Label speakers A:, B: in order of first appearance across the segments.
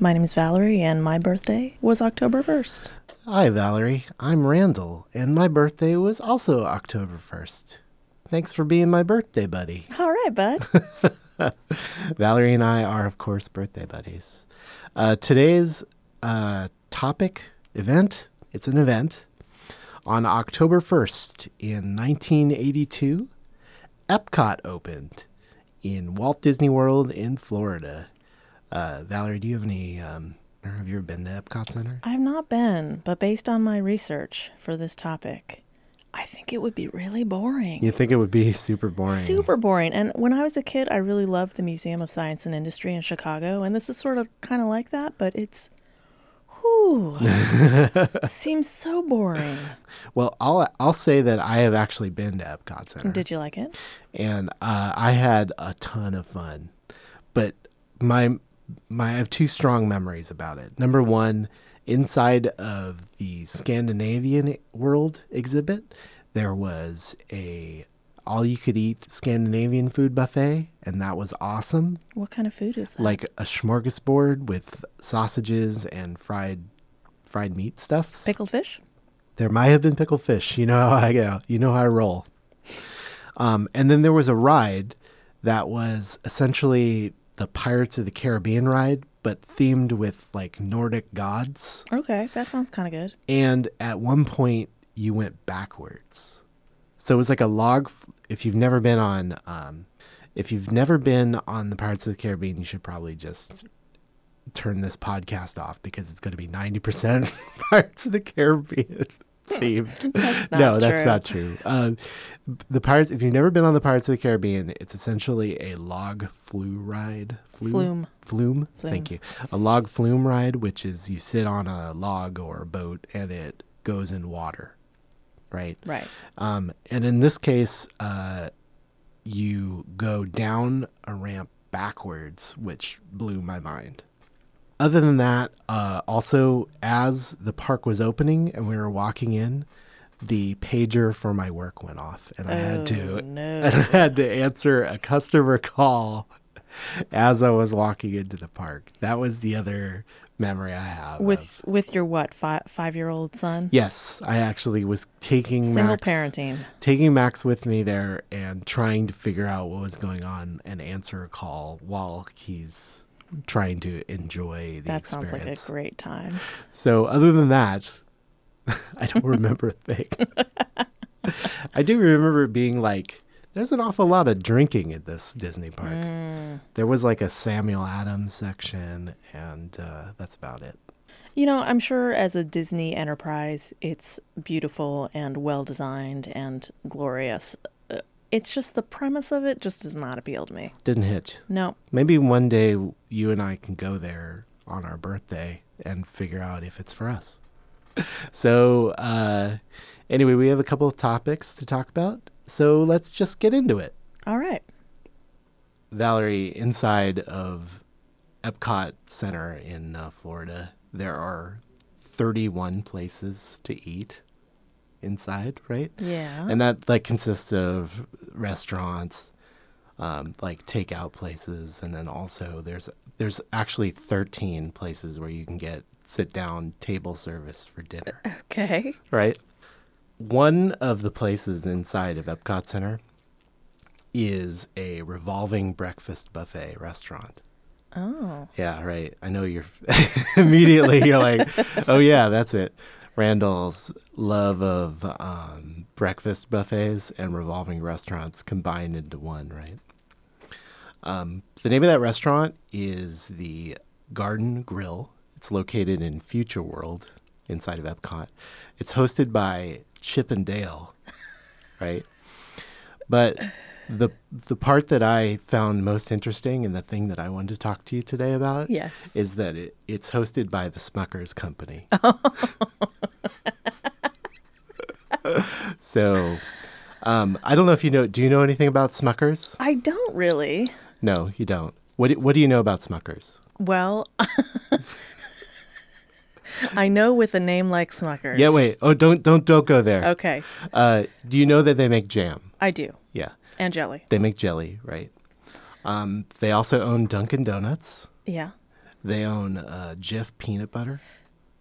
A: My name is Valerie, and my birthday was October 1st.
B: Hi, Valerie. I'm Randall, and my birthday was also October 1st. Thanks for being my birthday buddy.
A: All right, bud.
B: Valerie and I are, of course, birthday buddies. Uh, today's uh, topic event it's an event on October 1st in 1982. Epcot opened in Walt Disney World in Florida. Uh, Valerie, do you have any? Um, or have you ever been to Epcot Center?
A: I've not been, but based on my research for this topic, I think it would be really boring.
B: You think it would be super boring?
A: Super boring. And when I was a kid, I really loved the Museum of Science and Industry in Chicago, and this is sort of kind of like that, but it's whew, seems so boring.
B: Well, I'll I'll say that I have actually been to Epcot Center,
A: Did you like it?
B: and uh, I had a ton of fun. But my my I have two strong memories about it. Number one, inside of the Scandinavian World exhibit, there was a all you could eat Scandinavian food buffet, and that was awesome
A: What kind of food is that?
B: like a smorgasbord with sausages and fried fried meat stuffs.
A: Pickled fish?
B: There might have been pickled fish. You know how I go. You know how I roll. Um, and then there was a ride that was essentially the Pirates of the Caribbean ride, but themed with like Nordic gods.
A: Okay, that sounds kind of good.
B: And at one point, you went backwards. So it was like a log. F- if you've never been on, um, if you've never been on the Pirates of the Caribbean, you should probably just turn this podcast off because it's going to be ninety percent Pirates of the Caribbean themed.
A: That's not
B: no, that's
A: true.
B: not true. Uh, the Pirates. If you've never been on the Pirates of the Caribbean, it's essentially a log flu ride.
A: Flume. Flume.
B: Flume. Thank you. A log flume ride, which is you sit on a log or a boat and it goes in water, right?
A: Right.
B: Um, and in this case, uh, you go down a ramp backwards, which blew my mind. Other than that, uh, also, as the park was opening and we were walking in, the pager for my work went off, and I had
A: Oh,
B: to
A: no.
B: and I had to answer a customer call as I was walking into the park. That was the other memory I have. of-
A: With with your what five five year old son?
B: yes, I actually was taking
A: Single
B: Max-
A: parenting.
B: taking Max with me there and trying to figure out what was going on and answer a call while he's trying to enjoy the
A: That sounds
B: experience.
A: like a great time.
B: So other than that, I don't remember a thing. I do remember it being like there's an awful lot of drinking at this Disney park.
A: Mm.
B: There was like a Samuel Adams section, and uh, that's about it.
A: You know, I'm sure as a Disney enterprise, it's beautiful and well designed and glorious. Uh, It's just the premise of it just does not appeal to me.
B: Didn't hit.
A: No,
B: Maybe one day you and I can go there on our birthday and figure out if it's for us. So, uh, anyway, we have a couple of topics to talk about. So let's just get into it.
A: all right.
B: Valerie, inside of Epcot Center in uh, Florida, there are 31 places to eat inside, right?
A: Yeah.
B: And that like consists of restaurants, um, like takeout places, and then also there's there's actually 13 places where you can get sit down table service for dinner
A: okay.
B: right? One of the places inside of Epcot Center is a revolving breakfast buffet restaurant.
A: Oh,
B: Yeah, right. I know you're immediately you're like, oh yeah, that's it. Randall's love of um, breakfast buffets and revolving restaurants combined into one, right? Um, the name of that restaurant is the Garden Grill. It's located in Future World inside of Epcot. It's hosted by Chip and Dale, right? But the the part that I found most interesting and the thing that I wanted to talk to you today about
A: Yes.
B: is that it, it's hosted by the Smuckers Company. so um, I don't know if you know. Do you know anything about Smuckers?
A: I don't really.
B: No, you don't. What do, What do you know about Smuckers?
A: Well, I know with a name like Smuckers.
B: Yeah, wait. Oh, don't don't don't go there.
A: Okay,
B: Uh, do you know that they make jam?
A: I do.
B: Yeah,
A: And jelly.
B: they make jelly, right? Um, they also own Dunkin' Donuts.
A: Yeah.
B: They own uh, Jif peanut butter.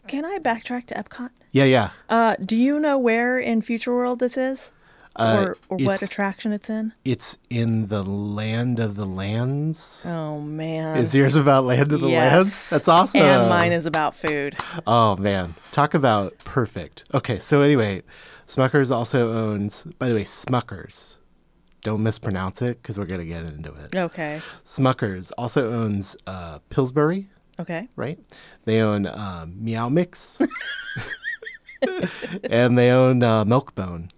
A: Can I backtrack to Epcot?
B: Yeah, yeah.
A: Uh, do you know where in Future World this is?
B: Uh,
A: or or what
B: it's-
A: attraction it's in?
B: It's in the land of the lands.
A: Oh, man.
B: Is yours about land of the lands?
A: Yes.
B: That's awesome.
A: And mine is about food.
B: Oh man, talk about perfect. Okay, so anyway, Smuckers also owns. By the way, Smuckers. Don't mispronounce it because we're gonna get into it.
A: Okay.
B: Smuckers also owns uh, Pillsbury,
A: Okay.
B: right? They own um, Meow Mix, and they own uh, Milkbone.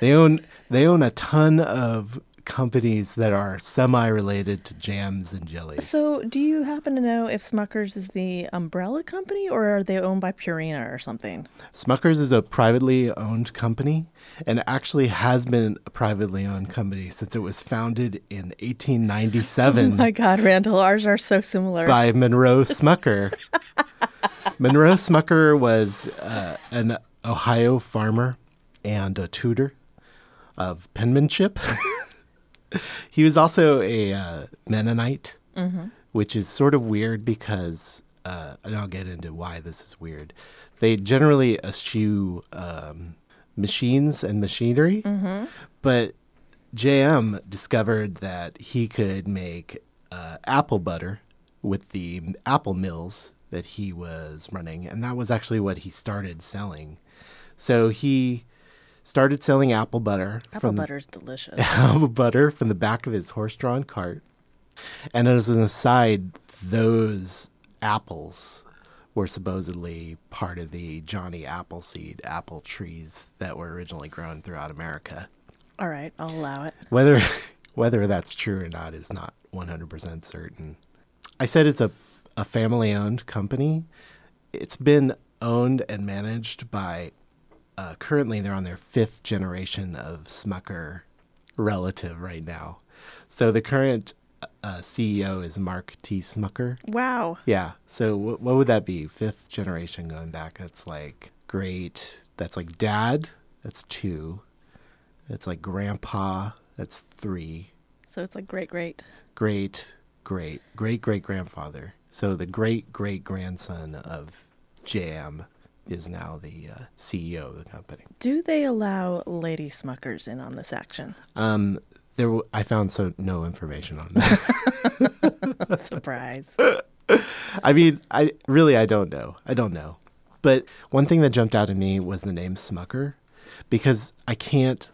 B: They own they own a ton of companies that are semi-related to jams and jellies.
A: So, do you happen to know if Smuckers is the umbrella company or are they owned by Purina or something?
B: Smuckers is a privately owned company and actually has been a privately owned company since it was founded in 1897
A: My God, Randall, ours are so similar.
B: by Monroe Smucker. Monroe Smucker was uh, an Ohio farmer and a tutor of penmanship. he was also a uh, Mennonite, which is sort of weird because, uh, and I'll get into why this is weird. They generally eschew um, machines and machinery, but JM discovered that he could make uh, apple butter with the m- apple mills that he was running, and that was actually what he started selling. So he started selling apple butter
A: Apple
B: from the
A: butter's delicious.
B: of butter from the back of his horse-drawn cart. And as an aside, those apples were supposedly part of the Johnny Appleseed apple trees that were originally grown throughout America.
A: All right, I'll allow it.
B: Whether whether that's true or not is not 100% certain. I said it's a a family-owned company. It's been owned and managed by uh, currently they're on their fifth generation of Smucker relative right now. So the current uh, CEO is Mark T. Smucker.
A: Wow.
B: Yeah. So wh- what would that be? Fifth generation going back. That's like great. That's like dad. That's two. That's like grandpa. That's three.
A: So it's like great, great.
B: Great, great, great, great grandfather. So the great great grandson of Jam is now the uh, CEO of the company.
A: Do they allow lady Smuckers in on this action?
B: Um, there, w- I found so no information on that.
A: Surprise.
B: I mean, I really I don't know. I don't know. But one thing that jumped out at me was the name Smucker, because I can't,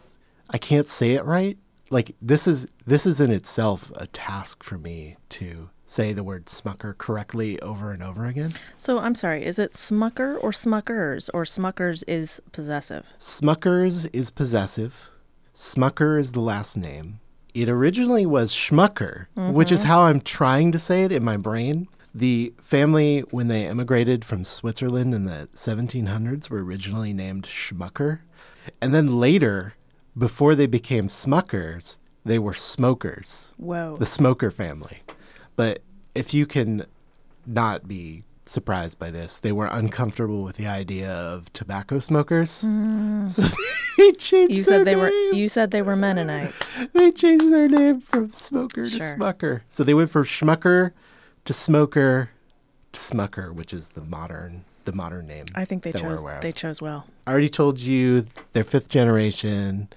B: I can't say it right. Like this is this is in itself a task for me to say the word Smucker correctly over and over again.
A: so I'm sorry, is it Smucker or Smuckers or Smuckers is possessive?
B: Smuckers is possessive. Smucker is the last name. It originally was Schmucker, which is how I'm trying to say it in my brain. The family, when they emigrated from Switzerland in the 1700s, were originally named Schmucker. And then later, before they became Smuckers, they were Smokers,
A: Whoa.
B: the Smoker family. But if you can not be surprised by this, they were uncomfortable with the idea of tobacco smokers. So they changed
A: Hmm. You said
B: their
A: they were
B: name.
A: you said they were Mennonites.
B: They changed their name from smoker to
A: Sure.
B: smucker. So they went from schmucker to smoker to smucker, which is the modern the modern name.
A: I think they
B: that we're
A: chose
B: aware of.
A: they chose well.
B: I already told you they're fifth generation.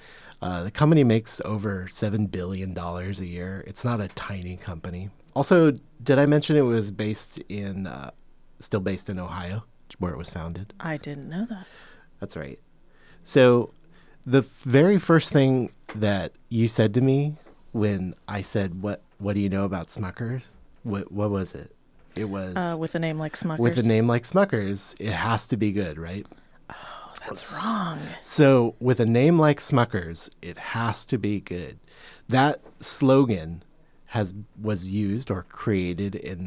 B: Uh, the company makes over seven billion dollars a year. It's not a tiny company. Also, did I mention it was based in, uh, still based in Ohio, where it was founded?
A: I didn't know that.
B: That's right. So, the f- very first thing that you said to me when I said, "What What do you know about Smuckers?" What What was it? It was
A: Uh, with a name like Smuckers.
B: with a name like Smuckers, it has to be good, right?
A: That's wrong.
B: So, with a name like Smuckers, it has to be good. That slogan has was used or created in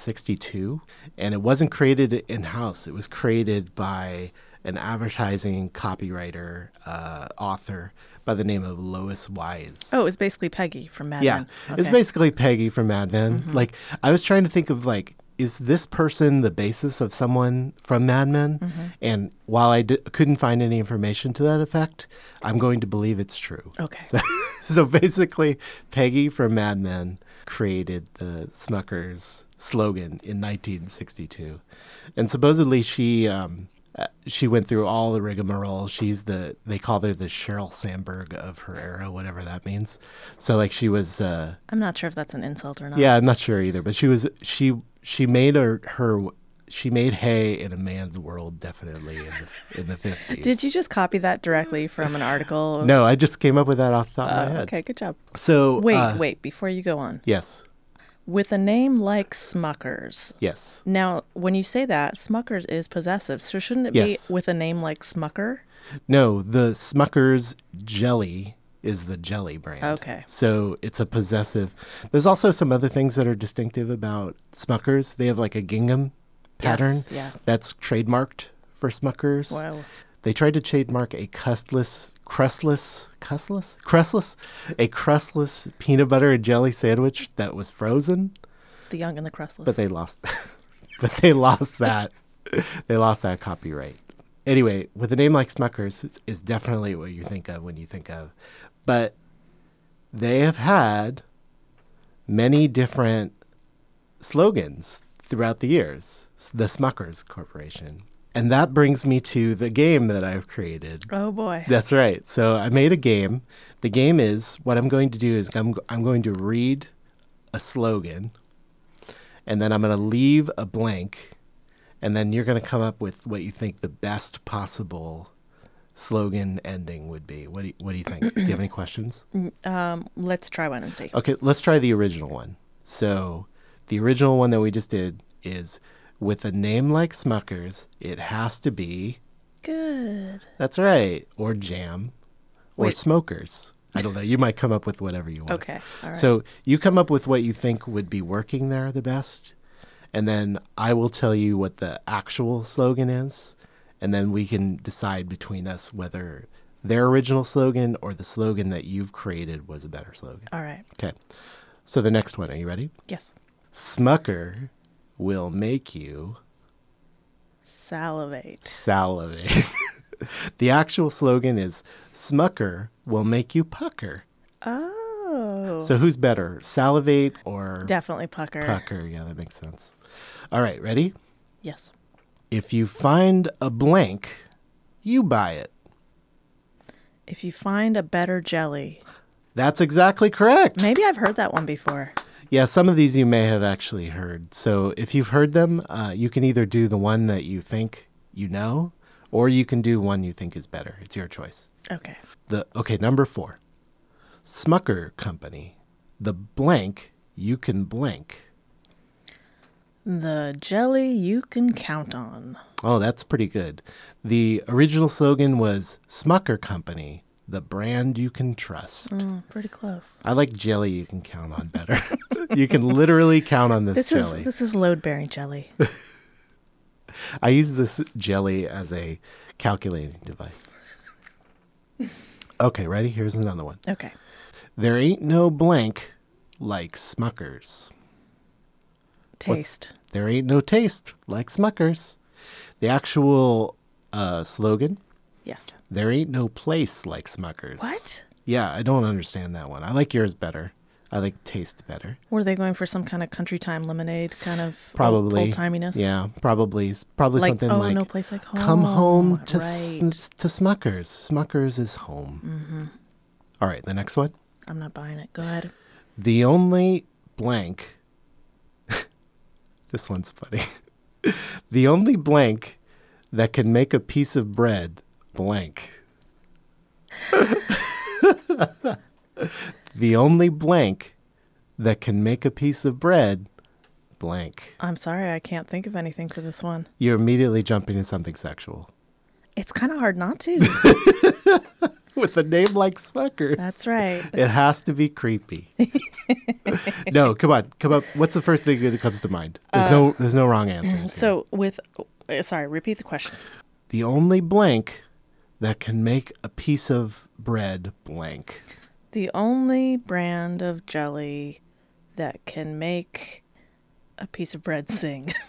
B: 1962, and it wasn't created in house. It was created by an advertising copywriter, uh, author by the name of Lois Wise.
A: Oh, it was basically Peggy from Mad
B: yeah,
A: Men.
B: it's
A: Okay. Mm-hmm.
B: basically Peggy from Mad Men. Like, I was trying to think of like. Is this person the basis of someone from Mad Men?
A: Mm-hmm.
B: And while I d- couldn't find any information to that effect,
A: Oh,
B: I'm going to believe it's true.
A: Okay.
B: So, so basically, Peggy from Mad Men created the Smuckers slogan in 1962, and supposedly she um, uh, she went through all the rigmarole. She's the they called her the Cheryl Sandberg of her era, whatever that means. So like she was. Uh,
A: I'm not sure if that's an insult or not.
B: yeah, I'm not sure either, but she was she she made her her she made hay in a man's world definitely in this in the 50s.
A: Did you just copy that directly from an article?
B: No, I just came up with that off the top of
A: Oh,
B: my head.
A: okay, good job.
B: So
A: Wait,
B: uh,
A: wait, before you go on.
B: Yes.
A: With a name like Smuckers.
B: Yes.
A: Now, when you say that, Smuckers is possessive, so shouldn't it
B: Yes.
A: be with a name like Smucker?
B: No, the Smucker's jelly is the jelly brand.
A: Okay.
B: So it's a possessive. There's also some other things that are distinctive about Smucker's. They have like a gingham pattern
A: yeah.
B: that's trademarked for Smucker's.
A: Wow.
B: They tried to trademark a crustless, crustless, crustless, crustless, a crustless peanut butter and jelly sandwich that was frozen.
A: The Young and the Crustless.
B: but they lost but they lost that they lost that copyright anyway with a name like smuckers it's, is definitely what you think of when you think of but they have had many different slogans throughout the years S- the smuckers corporation and that brings me to the game that i've created
A: oh boy.
B: that's right. So I made a game. The game is what I'm going to do is I'm I'm going to read a slogan, and then I'm going to leave a blank, and then you're going to come up with what you think the best possible slogan ending would be. What do you, What do you think? do you have any questions?
A: um, let's try one and see.
B: Okay, let's try the original one. So the original one that we just did is with a name like Smuckers, it has to be.
A: Good.
B: That's right. Or jam. Or
A: Wait.
B: smokers. I don't know. You might come up with whatever you want.
A: Okay. All right.
B: So you come up with what you think would be working there the best. And then I will tell you what the actual slogan is. And then we can decide between us whether their original slogan or the slogan that you've created was a better slogan.
A: All right.
B: Okay. So the next one. Are you ready?
A: Yes.
B: Smucker will make you
A: Salivate.
B: salivate. the actual slogan is Smucker will make you pucker.
A: Oh.
B: So who's better, salivate or
A: Definitely pucker.
B: pucker? Yeah, that makes sense. All right, ready?
A: Yes.
B: If you find a blank, you buy it.
A: If you find a better jelly.
B: That's exactly correct.
A: Maybe I've heard that one before.
B: Yeah, some of these you may have actually heard. So if you've heard them, uh, you can either do the one that you think you know, or you can do one you think is better. It's your choice.
A: Okay.
B: The okay, number four, Smucker Company, the blank you can blank.
A: The jelly you can count on.
B: Oh, that's pretty good. The original slogan was Smucker Company, the brand you can trust.
A: Mm, pretty close.
B: I like jelly you can count on better. you can literally count on this,
A: This
B: jelly.
A: is this is load bearing jelly.
B: I use this jelly as a calculating device. Okay, ready? Here's another one.
A: Okay.
B: There ain't no blank like Smuckers.
A: Taste.
B: There ain't no taste like Smuckers. The actual uh, slogan
A: Yes.
B: There ain't no place like Smuckers.
A: What?
B: Yeah, I don't understand that one. I like yours better. I like taste better.
A: Were they going for some kind of country time lemonade kind of
B: Probably
A: old timiness?
B: Yeah, probably probably
A: Like,
B: something
A: oh,
B: like
A: no place like home.
B: Come home to
A: right.
B: s- to Smuckers. Smuckers is home.
A: Mm-hmm.
B: All right, the next one.
A: I'm not buying it. Go ahead.
B: The only blank. this one's funny. the only blank that can make a piece of bread blank. the only blank that can make a piece of bread blank.
A: I'm sorry, I can't think of anything for this one.
B: You're immediately jumping to something sexual.
A: It's kind of hard not to.
B: With a name like Smuckers.
A: That's right.
B: It has to be creepy. no, come on, come up. What's the first thing that comes to mind? There's no, there's no wrong answers. here.
A: Uh, So with uh, sorry, repeat the question.
B: the only blank that can make a piece of bread blank.
A: The only brand of jelly that can make a piece of bread sing.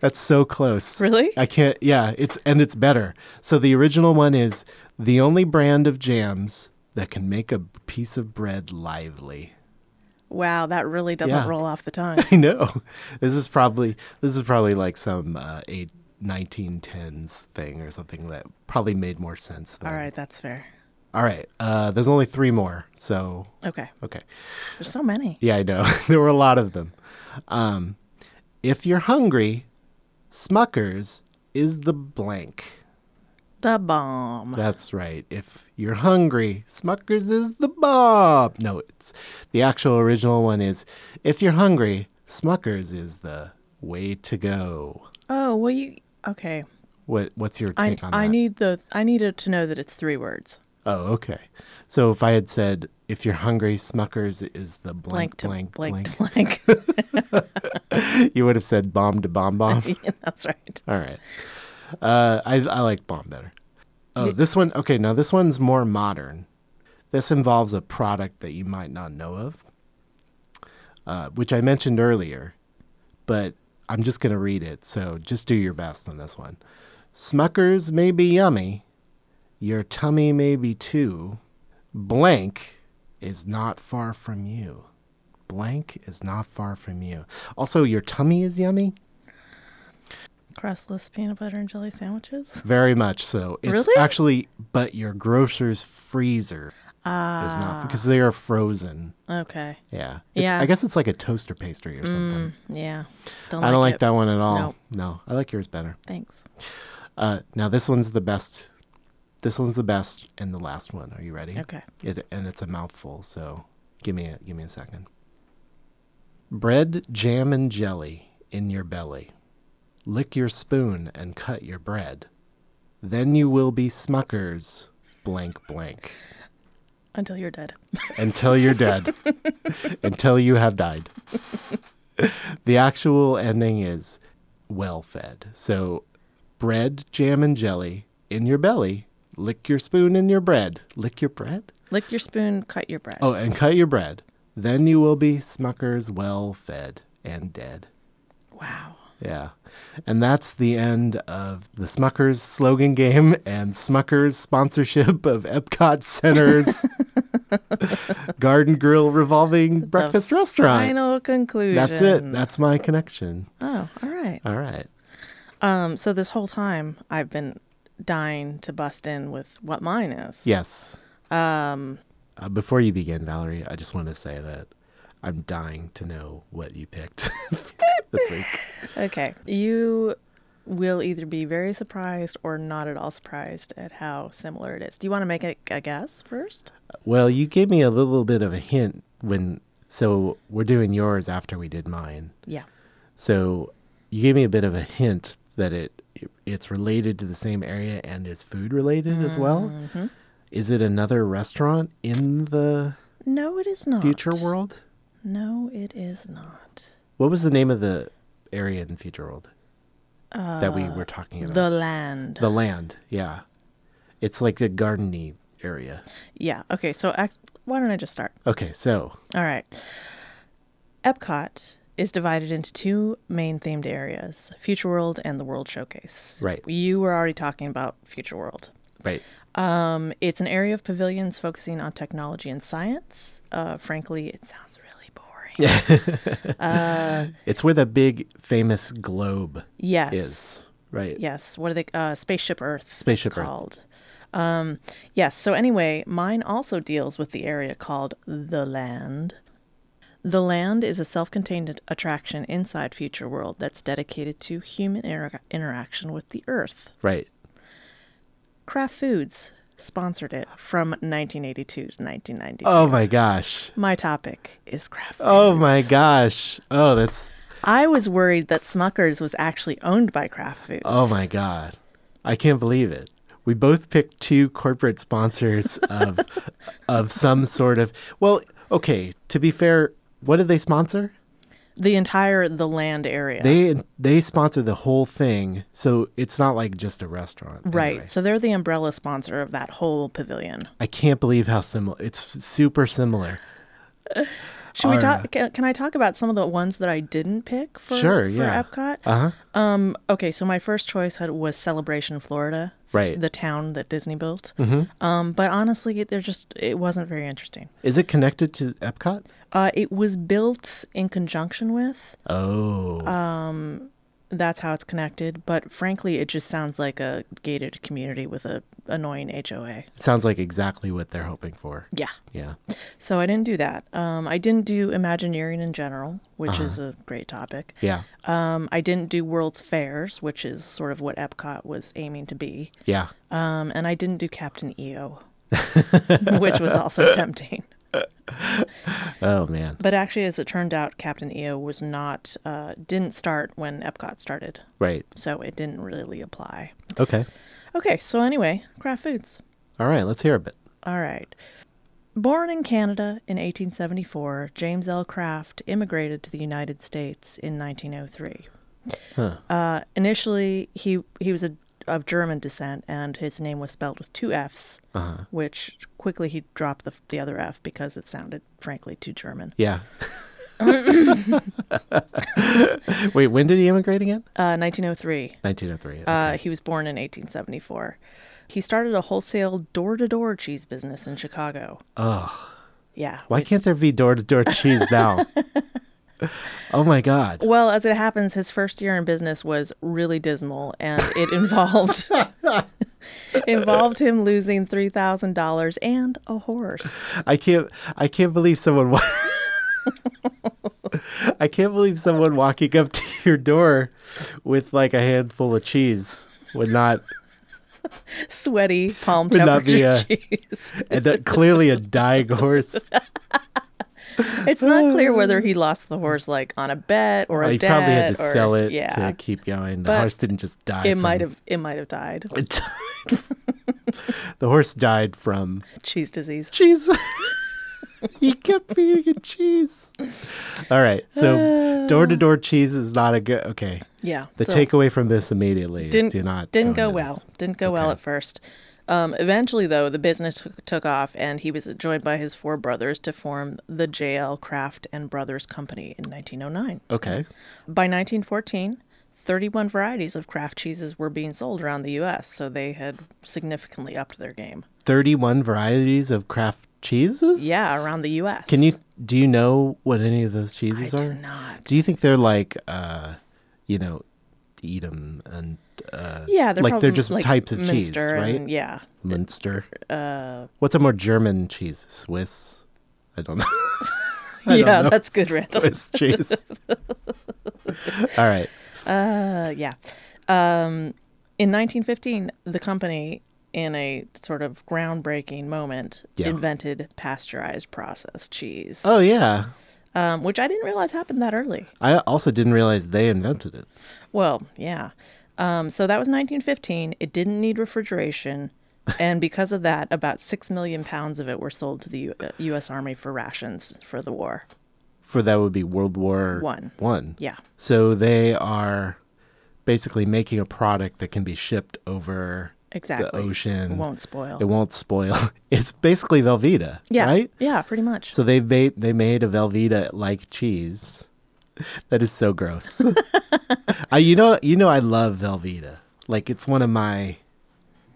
B: That's so close.
A: Really?
B: I can't. Yeah, it's and it's better. So the original one is the only brand of jams that can make a piece of bread lively.
A: Wow, that really doesn't
B: Yeah.
A: roll off the tongue.
B: I know. This is probably this is probably like some uh, eight, 1910s thing or something that probably made more sense. Then.
A: All right, that's fair.
B: All right. Uh, there's only three more. So
A: Okay.
B: okay.
A: There's so many.
B: Yeah, I know. there were a lot of them. Um, if you're hungry, Smuckers is the blank.
A: The bomb.
B: That's right. If you're hungry, Smuckers is the bomb. No, it's the actual original one is if you're hungry, Smuckers is the way to go.
A: Oh, well you okay.
B: What what's your
A: I
B: take on that?
A: I need the I needed to know that it's three words.
B: oh, okay. So if I had said if you're hungry, Smuckers is the
A: Blank to
B: blank blank
A: blank
B: blank,
A: to blank.
B: you would have said bomb to bomb bomb.
A: Yeah, that's right.
B: All right. Uh, I I like bomb better. Oh, this one. Okay, now this one's more modern. This involves a product that you might not know of, uh, which I mentioned earlier, but I'm just gonna read it. So just do your best on this one. Smuckers may be yummy, your tummy may be too. Blank is not far from you. Blank is not far from you. Also, your tummy is yummy.
A: Crustless peanut butter and jelly sandwiches.
B: Very much so. It's
A: Really?
B: actually, but your grocer's freezer is not because they are frozen.
A: Okay.
B: Yeah. It's-
A: Yeah.
B: I guess it's like a toaster pastry or something.
A: Yeah.
B: I don't like
A: it.
B: that one at all.
A: Nope.
B: No, I like yours better.
A: Thanks.
B: Uh, now this one's the best. This one's the best, and the last one. Are you ready?
A: Okay.
B: It, and it's a mouthful, so give me a give me a second. Bread, jam, and jelly in your belly. Lick your spoon and cut your bread. Then you will be Smuckers, blank blank,
A: Until you're dead.
B: until you're dead, until you have died. The actual ending is well fed. So, bread, jam, and jelly in your belly. Lick your spoon in your bread. Lick your bread.
A: Lick your spoon, cut your bread.
B: Oh, and cut your bread. Then you will be Smuckers well fed and dead.
A: Wow.
B: Yeah. And that's the end of the Smuckers slogan game and Smuckers sponsorship of Epcot Center's Garden Grill Revolving Breakfast Restaurant.
A: Final conclusion.
B: That's it. That's my connection.
A: Oh, all right.
B: All right.
A: Um, so this whole time I've been dying to bust in with what mine is.
B: Yes. Um, uh, before you begin, Valerie, I just want to say that I'm dying to know what you picked this week.
A: Okay. You will either be very surprised or not at all surprised at how similar it is. Do you want to make a, a guess first?
B: Well, you gave me a little bit of a hint when. So we're doing yours after we did mine.
A: Yeah.
B: So you gave me a bit of a hint that it it's related to the same area and is food related as well.
A: Mm-hmm.
B: Is it another restaurant in the
A: No, it is not.
B: future world?
A: No, it is not.
B: What was the name of the area in future world that we were talking about?
A: Uh, The land.
B: The land. Yeah, it's like the gardeny area.
A: yeah. Okay. So act, why don't I just start?
B: Okay, so
A: All right. Epcot is divided into two main themed areas Future World and the World Showcase.
B: Right.
A: You were already talking about Future World.
B: right.
A: Um, it's an area of pavilions focusing on technology and science. Uh, frankly, it sounds really boring.
B: It's where the big famous globe
A: Yes.
B: is, right?
A: Yes. What are they? Uh, Spaceship Earth. it's
B: Spaceship Earth.
A: called. Um, yes. So anyway, mine also deals with the area called the land. The land is a self-contained attraction inside Future World that's dedicated to human inter- interaction with the Earth.
B: Right.
A: Kraft Foods sponsored it from 1982 to 1990.
B: Oh my gosh.
A: My topic is Kraft. Foods.
B: Oh my gosh. Oh, that's
A: I was worried that Smucker's was actually owned by Kraft Foods.
B: oh my god. I can't believe it. We both picked two corporate sponsors of of some sort of well, okay, to be fair, what did they sponsor?
A: The entire the land area.
B: They they sponsor the whole thing, so it's not like just a restaurant.
A: Right.
B: anyway.
A: So they're the umbrella sponsor of that whole pavilion.
B: I can't believe how similar. It's super similar.
A: Should we
B: Are-
A: talk? Can, can I talk about some of the ones that I didn't pick for,
B: Sure,
A: for
B: yeah.
A: Epcot?
B: Uh huh.
A: Um, okay, so my first choice had, was Celebration, Florida,
B: Right.
A: the town that Disney built. Mm-hmm. Um, but honestly, they're just it wasn't very interesting.
B: Is it connected to Epcot?
A: Uh, it was built in conjunction with.
B: Oh,
A: That's how it's connected. But frankly, it just sounds like a gated community with a annoying HOA.
B: sounds like exactly what they're hoping for.
A: Yeah.
B: Yeah.
A: So I didn't do that. Um, I didn't do Imagineering in general, which is a great topic.
B: Yeah.
A: Um, I didn't do World's Fairs, which is sort of what Epcot was aiming to be.
B: Yeah.
A: Um, and I didn't do Captain EO, which was also tempting.
B: Oh man.
A: But actually, as it turned out, Captain EO was not, uh, didn't start when Epcot started.
B: Right.
A: So it didn't really apply.
B: Okay.
A: Okay, so anyway, craft foods.
B: All right. Let's hear a bit.
A: All right. Born in Canada in 1874, James L. Craft immigrated to the United States in 1903. Uh, initially, he he was a, of German descent, and his name was spelled with two Fs, which quickly he dropped the the other F because it sounded, frankly, too German.
B: Yeah. Wait, when did he immigrate again?
A: Uh, 1903.
B: 1903.
A: Uh, he was born in 1874. He started a wholesale door-to-door cheese business in Chicago. Oh, yeah.
B: Why can't there be door to door cheese now? oh my God.
A: Well, as it happens, his first year in business was really dismal, and it involved involved him losing three thousand dollars and a horse.
B: I can't. I can't believe someone. Wa- I can't believe someone walking up to your door with like a handful of cheese would not,
A: Sweaty palm
B: Would not be
A: temperature
B: a-
A: cheese.
B: and that clearly a dying horse.
A: It's not clear whether he lost the horse like on a bet or a
B: He
A: debt.
B: probably had to
A: or-
B: sell it
A: Yeah,
B: to keep going. The
A: But
B: horse didn't just die.
A: it
B: from-
A: might have it might have died.
B: It died. the horse died from
A: Cheese disease.
B: cheese. he kept feeding it cheese. All right, so door to door cheese is not a good. Okay,
A: Yeah.
B: the
A: so-
B: takeaway from this immediately is
A: didn't
B: do not
A: didn't
B: go
A: go
B: into
A: well.
B: this.
A: Didn't go well
B: Okay.
A: at first. Um, eventually, though, the business took- took off, and he was joined by his four brothers to form the J.L. Craft and Brothers Company in 1909.
B: Okay,
A: By 1914, 31 varieties of craft cheeses were being sold around the U.S., so they had significantly upped their game.
B: thirty-one varieties of craft cheeses.
A: Yeah, around the U.S.
B: Can you do you know what any of those
A: I
B: cheeses are?
A: do not.
B: Do you think they're like, uh, you know, eat 'em and uh,
A: yeah, they're
B: like they're
A: probably
B: just
A: like
B: types of cheese,
A: Munster and-
B: right?
A: yeah,
B: Munster?
A: Uh,
B: What's a more German cheese? Swiss? I don't know. don't
A: yeah,
B: know.
A: that's good, Randall.
B: Swiss cheese. All right.
A: Uh, yeah. Um, in 1915, the company, in a sort of groundbreaking moment,
B: Yeah.
A: invented pasteurized processed cheese,
B: Oh yeah.
A: um, which I didn't realize happened that early.
B: I also didn't realize they invented it.
A: Well, yeah. Um, so that was 1915. It didn't need refrigeration. and because of that, about 6 million pounds of it were sold to the U- uh, U.S. Army for rations for the war.
B: For that would be World War
A: One.
B: One.
A: Yeah.
B: So they are basically making a product that can be shipped over
A: Exactly.
B: the ocean.
A: It won't spoil.
B: Oh, It won't spoil. It's basically Velveeta,
A: yeah.
B: right?
A: Yeah, pretty much.
B: So they made they made a Velveeta like cheese. That is so gross. I, you know you know I love Velveeta. Like it's one of my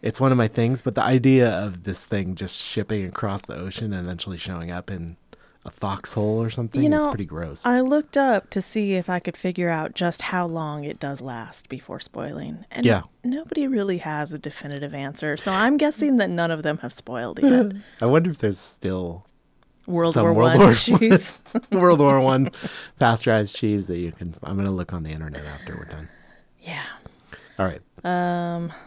B: it's one of my things, but the idea of this thing just shipping across the ocean and eventually showing up in a foxhole or something
A: You
B: is
A: know,
B: pretty gross.
A: I looked up to see if I could figure out just how long it does last before spoiling. And
B: Yeah.
A: nobody really has a definitive answer. So I'm guessing that none of them have spoiled yet.
B: I wonder if there's still
A: World
B: Some
A: War
B: World
A: One
B: War
A: issues.
B: World War One pasteurized cheese that you can I'm gonna look on the internet after we're done.
A: yeah.
B: All right.
A: Uh,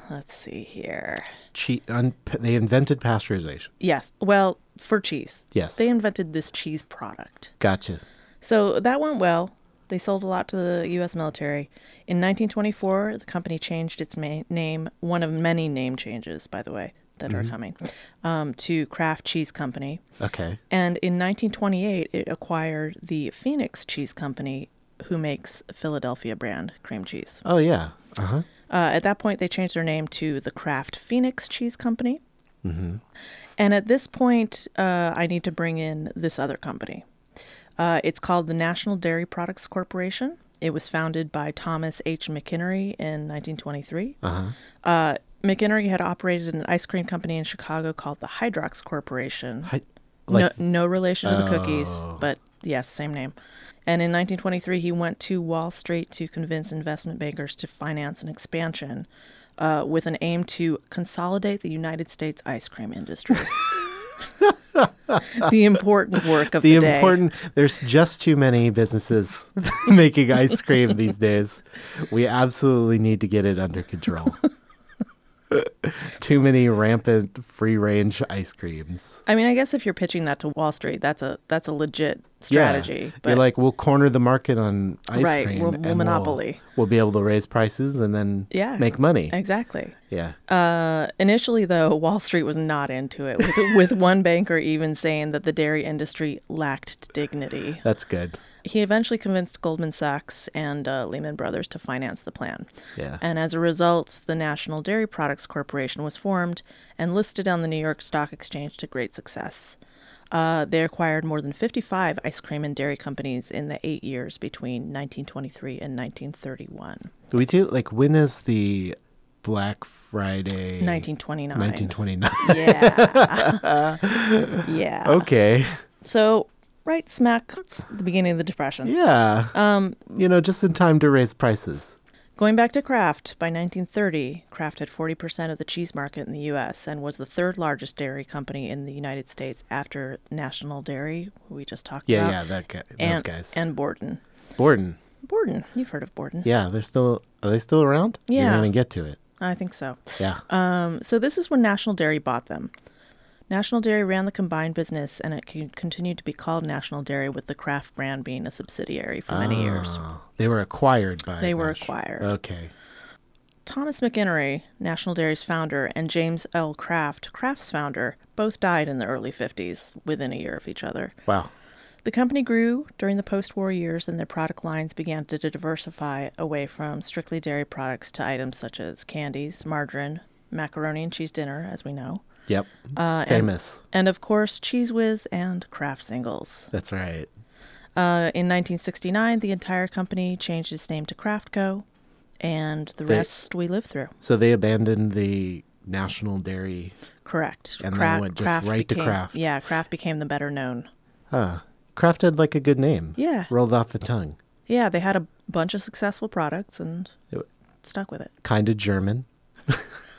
A: Let's see here.
B: Che- un- they invented pasteurization.
A: Yes. Well, for cheese.
B: Yes.
A: They invented this cheese product.
B: Gotcha.
A: So that went well. They sold a lot to the U.S. military. In 1924, the company changed its ma- name, one of many name changes, by the way, that
B: Mm-hmm.
A: are coming, um, to Kraft Cheese Company.
B: Okay.
A: And in 1928, it acquired the Phoenix Cheese Company, who makes Philadelphia brand cream cheese.
B: Oh yeah. Uh huh.
A: Uh, at that point, they changed their name to the Kraft Phoenix Cheese Company. And at this point, uh, I need to bring in this other company. Uh, it's called the National Dairy Products Corporation. It was founded by Thomas H. McInerney in 1923. Uh-huh. Uh, McInerney had operated an ice cream company in Chicago called the Hydrox Corporation.
B: Hy- like- Oh.
A: no, no relation to the cookies, but yes, same name. And in 1923, he went to Wall Street to convince investment bankers to finance an expansion uh, with an aim to consolidate the United States ice cream industry. the important work of
B: The
A: the,
B: important there's just too many businesses making ice cream these days. We absolutely need to get it under control. too many rampant free range ice creams.
A: day. I mean, I guess if you're pitching that to Wall Street, that's a that's a legit
B: Yeah.
A: strategy.
B: You're like, we'll corner the market on ice
A: Right,
B: cream.
A: we'll- we'll
B: and we'll-
A: monopoly."
B: We'll, be able to raise prices and then
A: Yeah.
B: make money.
A: exactly.
B: yeah.
A: Uh, initially, though, Wall Street was not into it, with, with one banker even saying that the dairy industry lacked dignity.
B: That's good.
A: He eventually convinced Goldman Sachs and uh, Lehman Brothers to finance the plan.
B: Yeah.
A: And as a result, the National Dairy Products Corporation was formed and listed on the New York Stock Exchange to great success. Uh, they acquired more than 55 ice cream and dairy companies in the eight years between 1923 and 1931.
B: Do we do like when is the Black Friday
A: 1929.
B: 1929?
A: Yeah. yeah.
B: Oh. okay.
A: So, right smack s- the beginning of the Depression.
B: Yeah. Um, you know, just in time to raise prices.
A: Going back to Kraft, by 1930, Kraft had 40% of the cheese market in the U.S. and was the third largest dairy company in the United States after National Dairy, who we just talked
B: Yeah,
A: about,
B: yeah, that guy, those
A: and,
B: guys.
A: and Borden.
B: Borden.
A: Borden, you've heard of Borden.
B: Yeah, they're still are they still around? You're
A: Yeah.
B: gonna get to it.
A: I think so.
B: Yeah.
A: Um, so this is when National Dairy bought them. National Dairy ran the combined business, and it con- continued to be called National Dairy, with the Kraft brand being a subsidiary for many years.
B: Oh, they were acquired by.
A: They were
B: Nash-
A: acquired.
B: Okay.
A: Thomas McInerney, National Dairy's founder, and James L. Kraft, Kraft's founder, both died in the early 50s, within a year of each other.
B: Wow.
A: The company grew during the post war years, and their product lines began to diversify away from strictly dairy products to items such as candies, margarine, macaroni and cheese dinner, as we know,
B: Yep.
A: uh, and,
B: Famous.
A: and of course, Cheese Whiz and Kraft singles.
B: That's right.
A: Uh, in 1969, the entire company changed its name to Kraft Co., and the
B: They-
A: rest we live through.
B: So they abandoned the National Dairy.
A: Correct.
B: And then
A: Cra-
B: went just right to
A: became,
B: Kraft.
A: Yeah, Kraft became the better known.
B: Huh. Kraft had like a good name.
A: Yeah.
B: Rolled off the tongue.
A: Yeah, they had a bunch of successful products and
B: It,
A: stuck with it.
B: kind of German.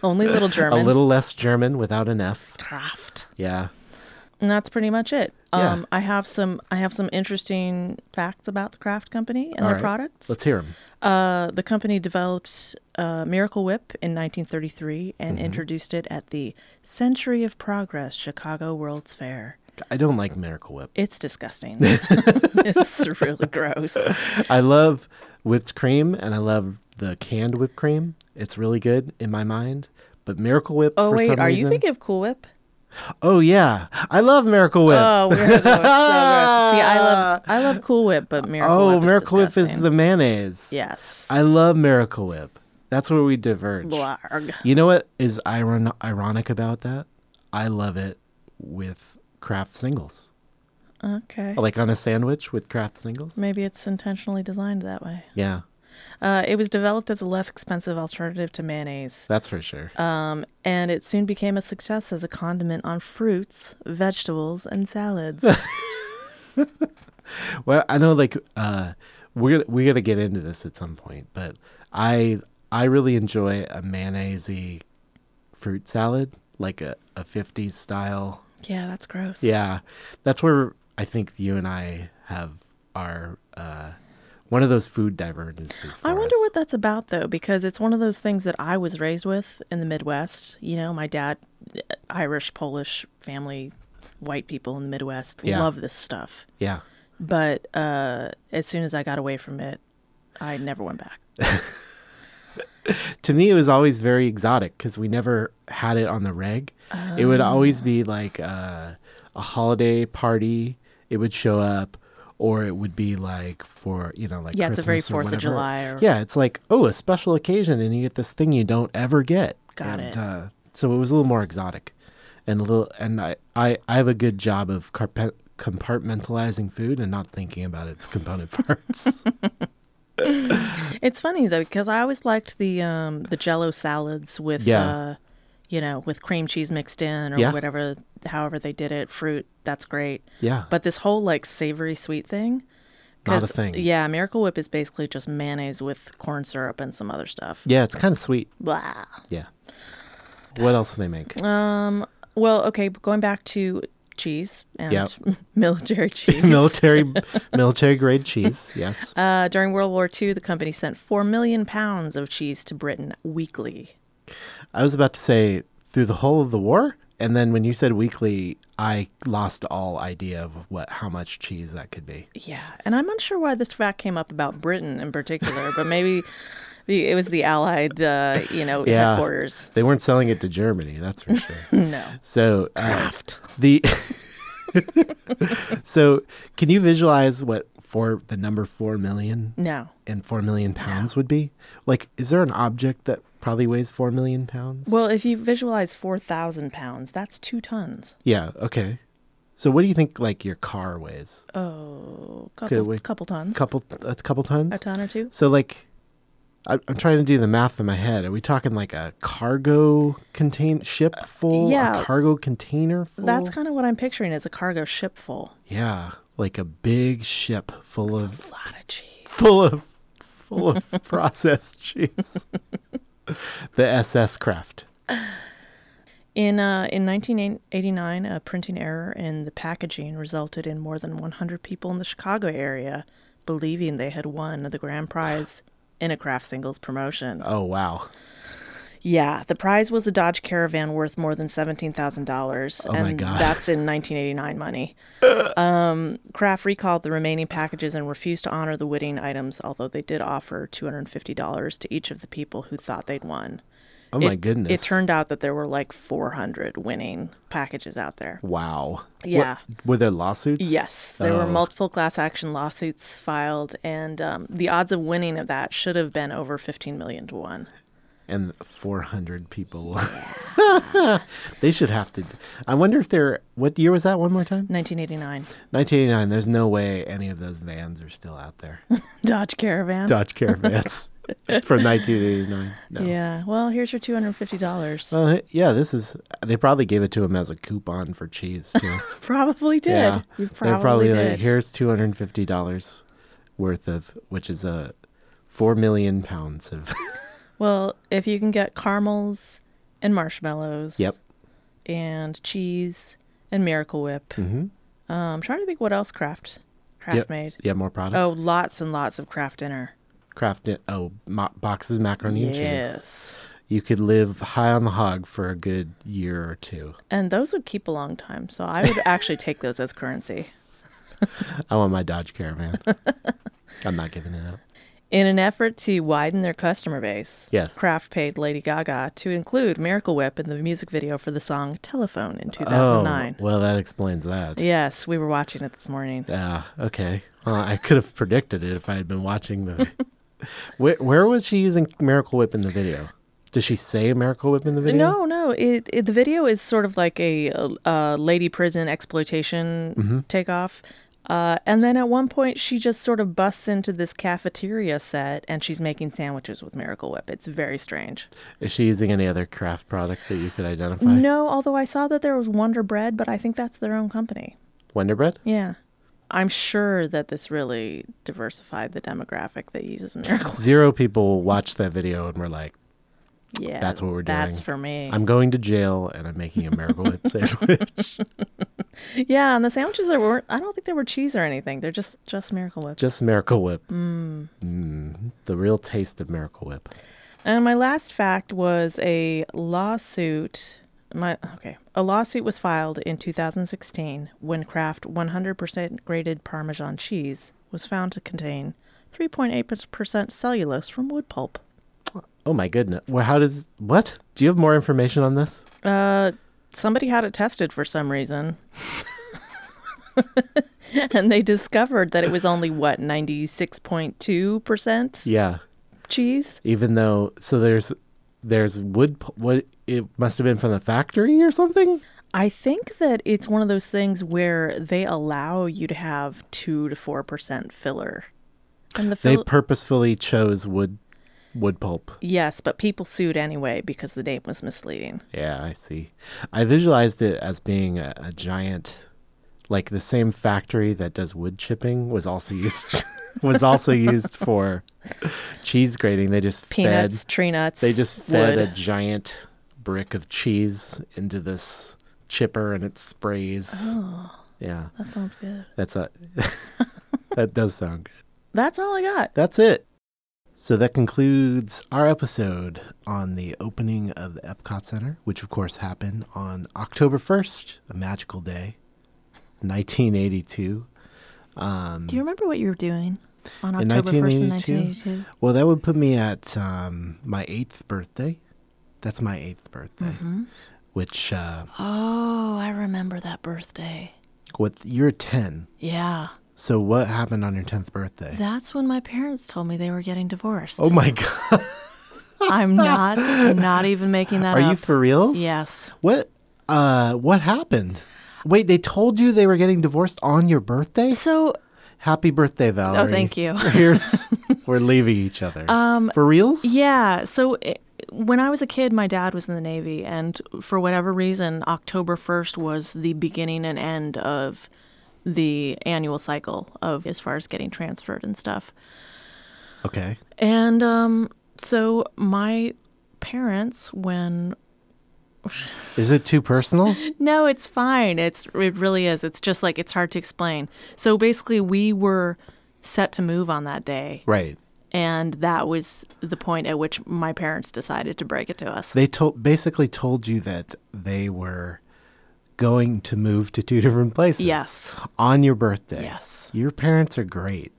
A: Only little German.
B: A little less German without an F.
A: Kraft.
B: Yeah.
A: And that's pretty much it.
B: Yeah.
A: Um, I have some I have some interesting facts about the Kraft company and
B: All
A: their
B: right.
A: products.
B: Let's hear them.
A: Uh, the company developed uh, Miracle Whip in 1933 and
B: Mm-hmm.
A: introduced it at the Century of Progress Chicago World's Fair.
B: I don't like Miracle Whip.
A: It's disgusting. it's really gross.
B: I love whipped cream and I love the canned whipped cream. It's really good in my mind. But Miracle Whip
A: Oh
B: for
A: wait,
B: some
A: are
B: reason.
A: you thinking of Cool Whip?
B: Oh yeah. I love Miracle Whip.
A: Oh, we're so gross. So gross. See, I love I love Cool Whip, but Miracle
B: oh,
A: Whip is
B: Miracle Whip is
A: disgusting.
B: the mayonnaise.
A: yes.
B: I love Miracle Whip. That's where we diverge.
A: Blarg.
B: You know what is iron- ironic about that? I love it with craft singles.
A: Okay.
B: Like on a sandwich with craft singles.
A: Maybe it's intentionally designed that way.
B: Yeah.
A: Uh, it was developed as a less expensive alternative to mayonnaise,
B: That's for sure.
A: um, and it soon became a success as a condiment on fruits, vegetables, and salads.
B: Well, I know, like, uh, we're gonna- we're gonna get into this at some point, but I I really enjoy a mayonnaise fruit salad, like a a '50s style.
A: yeah, that's gross.
B: Yeah, that's where I think you and I have our uh, one of those food divergences.
A: I
B: for
A: wonder
B: us.
A: what that's about though, because it's one of those things that I was raised with in the Midwest. You know, my dad, Irish, Polish family, white people in the Midwest
B: Yeah.
A: love this stuff.
B: Yeah,
A: But uh, as soon as I got away from it, I never went back.
B: to me, it was always very exotic because we never had it on the reg. It would
A: Oh.
B: always be like uh, a holiday party. It would show up, or it would be like for you know, like
A: Yeah, it's a very
B: Christmas
A: 4th
B: or
A: of
B: whatever.
A: July or-
B: Yeah, it's like oh, a special occasion, and you get this thing you don't ever get.
A: Got
B: And,
A: it.
B: Uh, so it was a little more exotic, and a little, and I I I have a good job of carpe- compartmentalizing food and not thinking about its component parts.
A: It's funny though because I always liked the um, the Jello salads with,
B: Yeah.
A: uh, you know, with cream cheese mixed in or
B: Yeah.
A: whatever, however they did it. Fruit, that's great.
B: Yeah.
A: But this whole like savory sweet thing,
B: Not a
A: 'cause,
B: thing.
A: Yeah, Miracle Whip is basically just mayonnaise with corn syrup and some other stuff.
B: yeah, it's kind of sweet.
A: Blah.
B: Yeah. What else do they make?
A: Well, okay, but going back to cheese and
B: Yep.
A: military cheese.
B: military military grade cheese. Yes.
A: Uh, during World War II, the company sent 4 million pounds of cheese to Britain weekly.
B: I was about to say through the whole of the war, and then when you said weekly, I lost all idea of what how much cheese that could be.
A: Yeah, and I'm unsure why this fact came up about Britain in particular, but maybe the- it was the Allied, uh, you know,
B: Yeah.
A: headquarters.
B: They weren't selling it to Germany, that's for sure.
A: No.
B: so uh, the so can you visualize what four the number four million
A: No.
B: and four million pounds would be? Like, is there an object that probably weighs four million pounds?
A: Well, if you visualize 4,000 pounds, that's two tons.
B: Yeah. Okay. So what do you think? Like your car weighs
A: Oh,
B: Could
A: couple,
B: we-
A: couple
B: a
A: tons.
B: couple a couple tons.
A: A ton or two?
B: So like, I, I'm trying to do the math in my head. Are we talking like a cargo contain ship full?
A: Uh, yeah.
B: A cargo container full?
A: That's kind of what I'm picturing as a cargo ship full.
B: yeah, like a big ship full of
A: A lot of cheese.
B: full of full of processed cheese. the SS craft.
A: In, uh, in 1989, a printing error in the packaging resulted in more than 100 people in the Chicago area believing they had won the grand prize in a craft singles promotion.
B: Oh wow.
A: Yeah, the prize was a Dodge Caravan worth more than seventeen thousand dollars,
B: Oh my
A: and
B: God.
A: that's in nineteen eighty nine money. Um, Kraft recalled the remaining packages and refused to honor the winning items, although they did offer two hundred and fifty dollars to each of the people who thought they'd won.
B: Oh my
A: It-
B: goodness.
A: It turned out that there were like four hundred winning packages out there.
B: Wow. What-
A: Yeah.
B: were there lawsuits?
A: Yes, there were
B: Oh.
A: multiple class action lawsuits filed, and um, the odds of winning of that should have been over fifteen million to one.
B: and 400 people. they should have to. I wonder if they're. What year was that one more time?
A: Nineteen eighty nine,
B: 1989. There's no way any of those vans are still out there.
A: Dodge Caravan.
B: Dodge Caravans from 1989. No.
A: Yeah. Well, here's your two hundred fifty dollars.
B: Uh, yeah, this is. They probably gave it to him as a coupon for cheese, too.
A: probably did.
B: yeah.
A: You
B: They're
A: probably,
B: like,
A: did.
B: here's $250 worth of, which is a. Four million pounds of
A: well, if you can get caramels and marshmallows.
B: Yep.
A: And cheese and Miracle Whip. Mm-hmm. Um, I'm trying to think what else Kraft Kraft
B: Yep.
A: made.
B: yeah more products.
A: Oh, lots and lots of Kraft dinner.
B: Kraft it. Oh, mo- boxes of macaroni and cheese.
A: Yes.
B: you could live high on the hog for a good year or two.
A: And those would keep a long time, so I would actually take those as currency.
B: I want my Dodge Caravan. I'm not giving it up.
A: In an effort to widen their customer base,
B: Yes.
A: Kraft paid Lady Gaga to include Miracle Whip in the music video for the song Telephone in 2009.
B: Oh, well, that explains that.
A: Yes, we were watching it this morning.
B: Yeah. okay. Well, I could have predicted it if I had been watching the. where, where was she using Miracle Whip in the video? Does she say Miracle Whip in the video?
A: No, no, it, it the video is sort of like a, uh uh lady prison exploitation
B: Mm-hmm.
A: takeoff. Uh, and then at one point, she just sort of busts into this cafeteria set and she's making sandwiches with Miracle Whip. It's very strange.
B: Is she using any other craft product that you could identify?
A: No, although I saw that there was Wonder Bread, but I think that's their own company.
B: Wonder Bread?
A: Yeah. I'm sure that this really diversified the demographic that uses Miracle Whip.
B: Zero people watched that video and were like,
A: Yeah.
B: That's what we're
A: That's
B: doing.
A: for me.
B: I'm going to jail and I'm making a Miracle Whip sandwich.
A: Yeah, and the sandwiches there weren't. I don't think they were cheese or anything. They're just just Miracle Whip.
B: Just Miracle Whip. Mm. The real taste of Miracle Whip.
A: And my last fact was a lawsuit. My okay, a lawsuit was filed in 2016 when Kraft 100% grated Parmesan cheese was found to contain 3.8% cellulose from wood pulp.
B: Oh my goodness. Well, how does what? Do you have more information on this?
A: Uh, somebody had it tested for some reason. and they discovered that it was only what 96.2%
B: Yeah.
A: cheese
B: Even though so there's there's wood pu- what it must have been from the factory or something?
A: I think that it's one of those things where they allow you to have two to four percent filler, and the
B: They
A: fill-
B: purposefully chose wood wood pulp.
A: yes, but people sued anyway because the name was misleading.
B: Yeah, I see. I visualized it as being a, a giant, like the same factory that does wood chipping was also used was also used for cheese grating. They just
A: Peanuts,
B: fed
A: tree nuts.
B: they just fed
A: wood.
B: a giant brick of cheese into this chipper and it sprays.
A: Oh.
B: Yeah,
A: that sounds good.
B: that's a that does sound good.
A: That's all I got.
B: That's it. So that concludes our episode on the opening of the Epcot Center, which of course happened on October 1st, a magical day, 1982. Um,
A: Do you remember what you were doing on
B: In
A: October first, in
B: 1982?
A: 1982?
B: well, that would put me at um, my eighth birthday. That's my eighth birthday,
A: Mm-hmm.
B: which, uh,
A: Oh, I remember that birthday.
B: what, you're 10.
A: Yeah,
B: So what happened on your 10th birthday?
A: that's when my parents told me they were getting divorced.
B: oh my God.
A: I'm not, not even making that
B: Are
A: up.
B: you for reals?
A: Yes.
B: What uh what happened? Wait, they told you they were getting divorced on your birthday?
A: So
B: Happy birthday, Valerie.
A: Oh, thank you.
B: Here's we're leaving each other. Um for reals?
A: Yeah. So i when I was a kid, my dad was in the Navy, and for whatever reason, October 1st was the beginning and end of the annual cycle of as far as getting transferred and stuff.
B: Okay.
A: And um, so my parents, when
B: Is it too personal?
A: no, it's fine. It's it really is. It's just like it's hard to explain. So basically, we were set to move on that day,
B: right.
A: and that was the point at which my parents decided to break it to us.
B: They told basically told you that they were going to move to two different places.
A: Yes.
B: On your birthday.
A: Yes.
B: Your parents are great.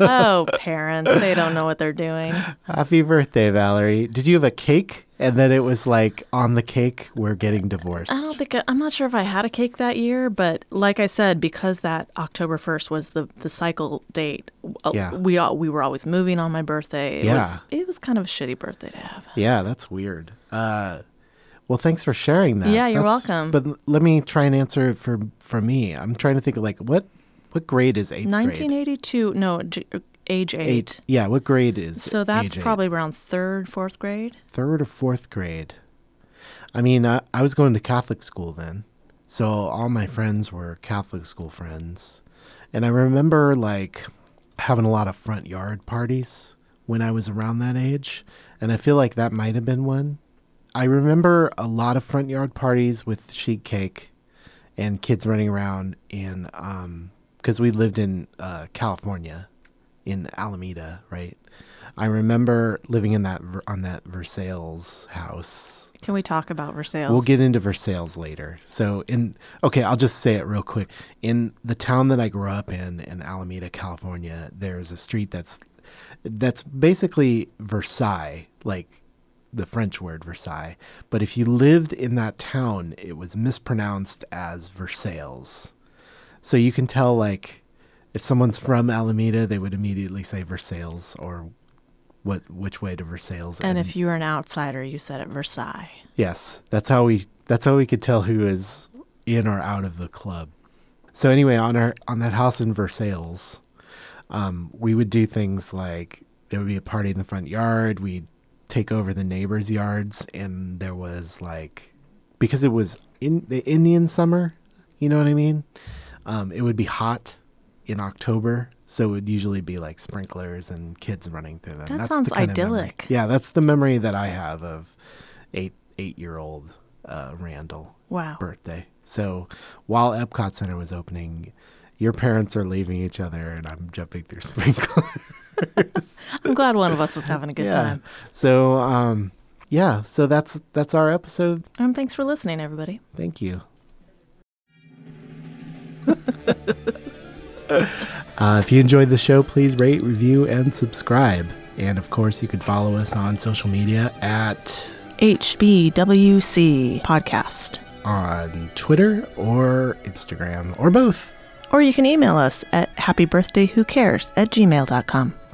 A: oh, parents, they don't know what they're doing.
B: Happy birthday, Valerie. Did you have a cake? And then it was like on the cake, we're getting divorced.
A: I don't think I, I'm not sure if I had a cake that year, but like I said, because that October 1st was the the cycle date, uh,
B: Yeah.
A: we all, we were always moving on my birthday. It
B: Yeah.
A: was it was kind of a shitty birthday to have.
B: Yeah, that's weird. Uh, well, thanks for sharing that.
A: Yeah, you're
B: That's-
A: welcome.
B: But l- let me try and answer it for for me. I'm trying to think of like what what grade is eighth grade?
A: 1982, no, j- uh, age 8.
B: Eight. Yeah, what grade is?
A: So that's
B: age eight?
A: probably around 3rd, 4th grade.
B: third or fourth grade. I mean, I, I was going to Catholic school then, so all my friends were Catholic school friends, and I remember like having a lot of front yard parties when I was around that age, and I feel like that might have been one. I remember a lot of front yard parties with sheet cake and kids running around in because we lived in uh, California in Alameda, right? I remember living in that Ver- on that Versailles house.
A: Can we talk about Versailles?
B: We'll get into Versailles later. So in okay, I'll just say it real quick. In the town that I grew up in in Alameda, California, there's a street that's that's basically Versailles, like the French word Versailles. But if you lived in that town, it was mispronounced as Versailles. So you can tell like if someone's from Alameda, they would immediately say Versailles or what which way to Versailles
A: and if you were an outsider, you said at Versailles.
B: Yes, that's how we that's how we could tell who is in or out of the club. So anyway, on our on that house in Versailles, um, we would do things like there would be a party in the front yard. We'd take over the neighbors' yards, and there was like because it was in the Indian summer, you know what I mean? Um, it would be hot in October, so it would usually be like sprinklers and kids running through them.
A: That
B: That's
A: sounds
B: the kind of memory-
A: idyllic.
B: yeah, that's the memory that I have of eight eight year old uh, Randall
A: Wow.
B: birthday. So while Epcot Center was opening, your parents are leaving each other, and I'm jumping through sprinklers.
A: I'm glad one of us was having a good
B: yeah.
A: time.
B: So um, yeah. So that's that's our episode.
A: And Um, thanks for listening, everybody.
B: Thank you. uh, if you enjoyed the show, please rate, review, and subscribe. And of course, you can follow us on social media at
A: HBWC podcast.
B: on Twitter or Instagram or both.
A: Or you can email us at happybirthdaywhocares at gmail.com.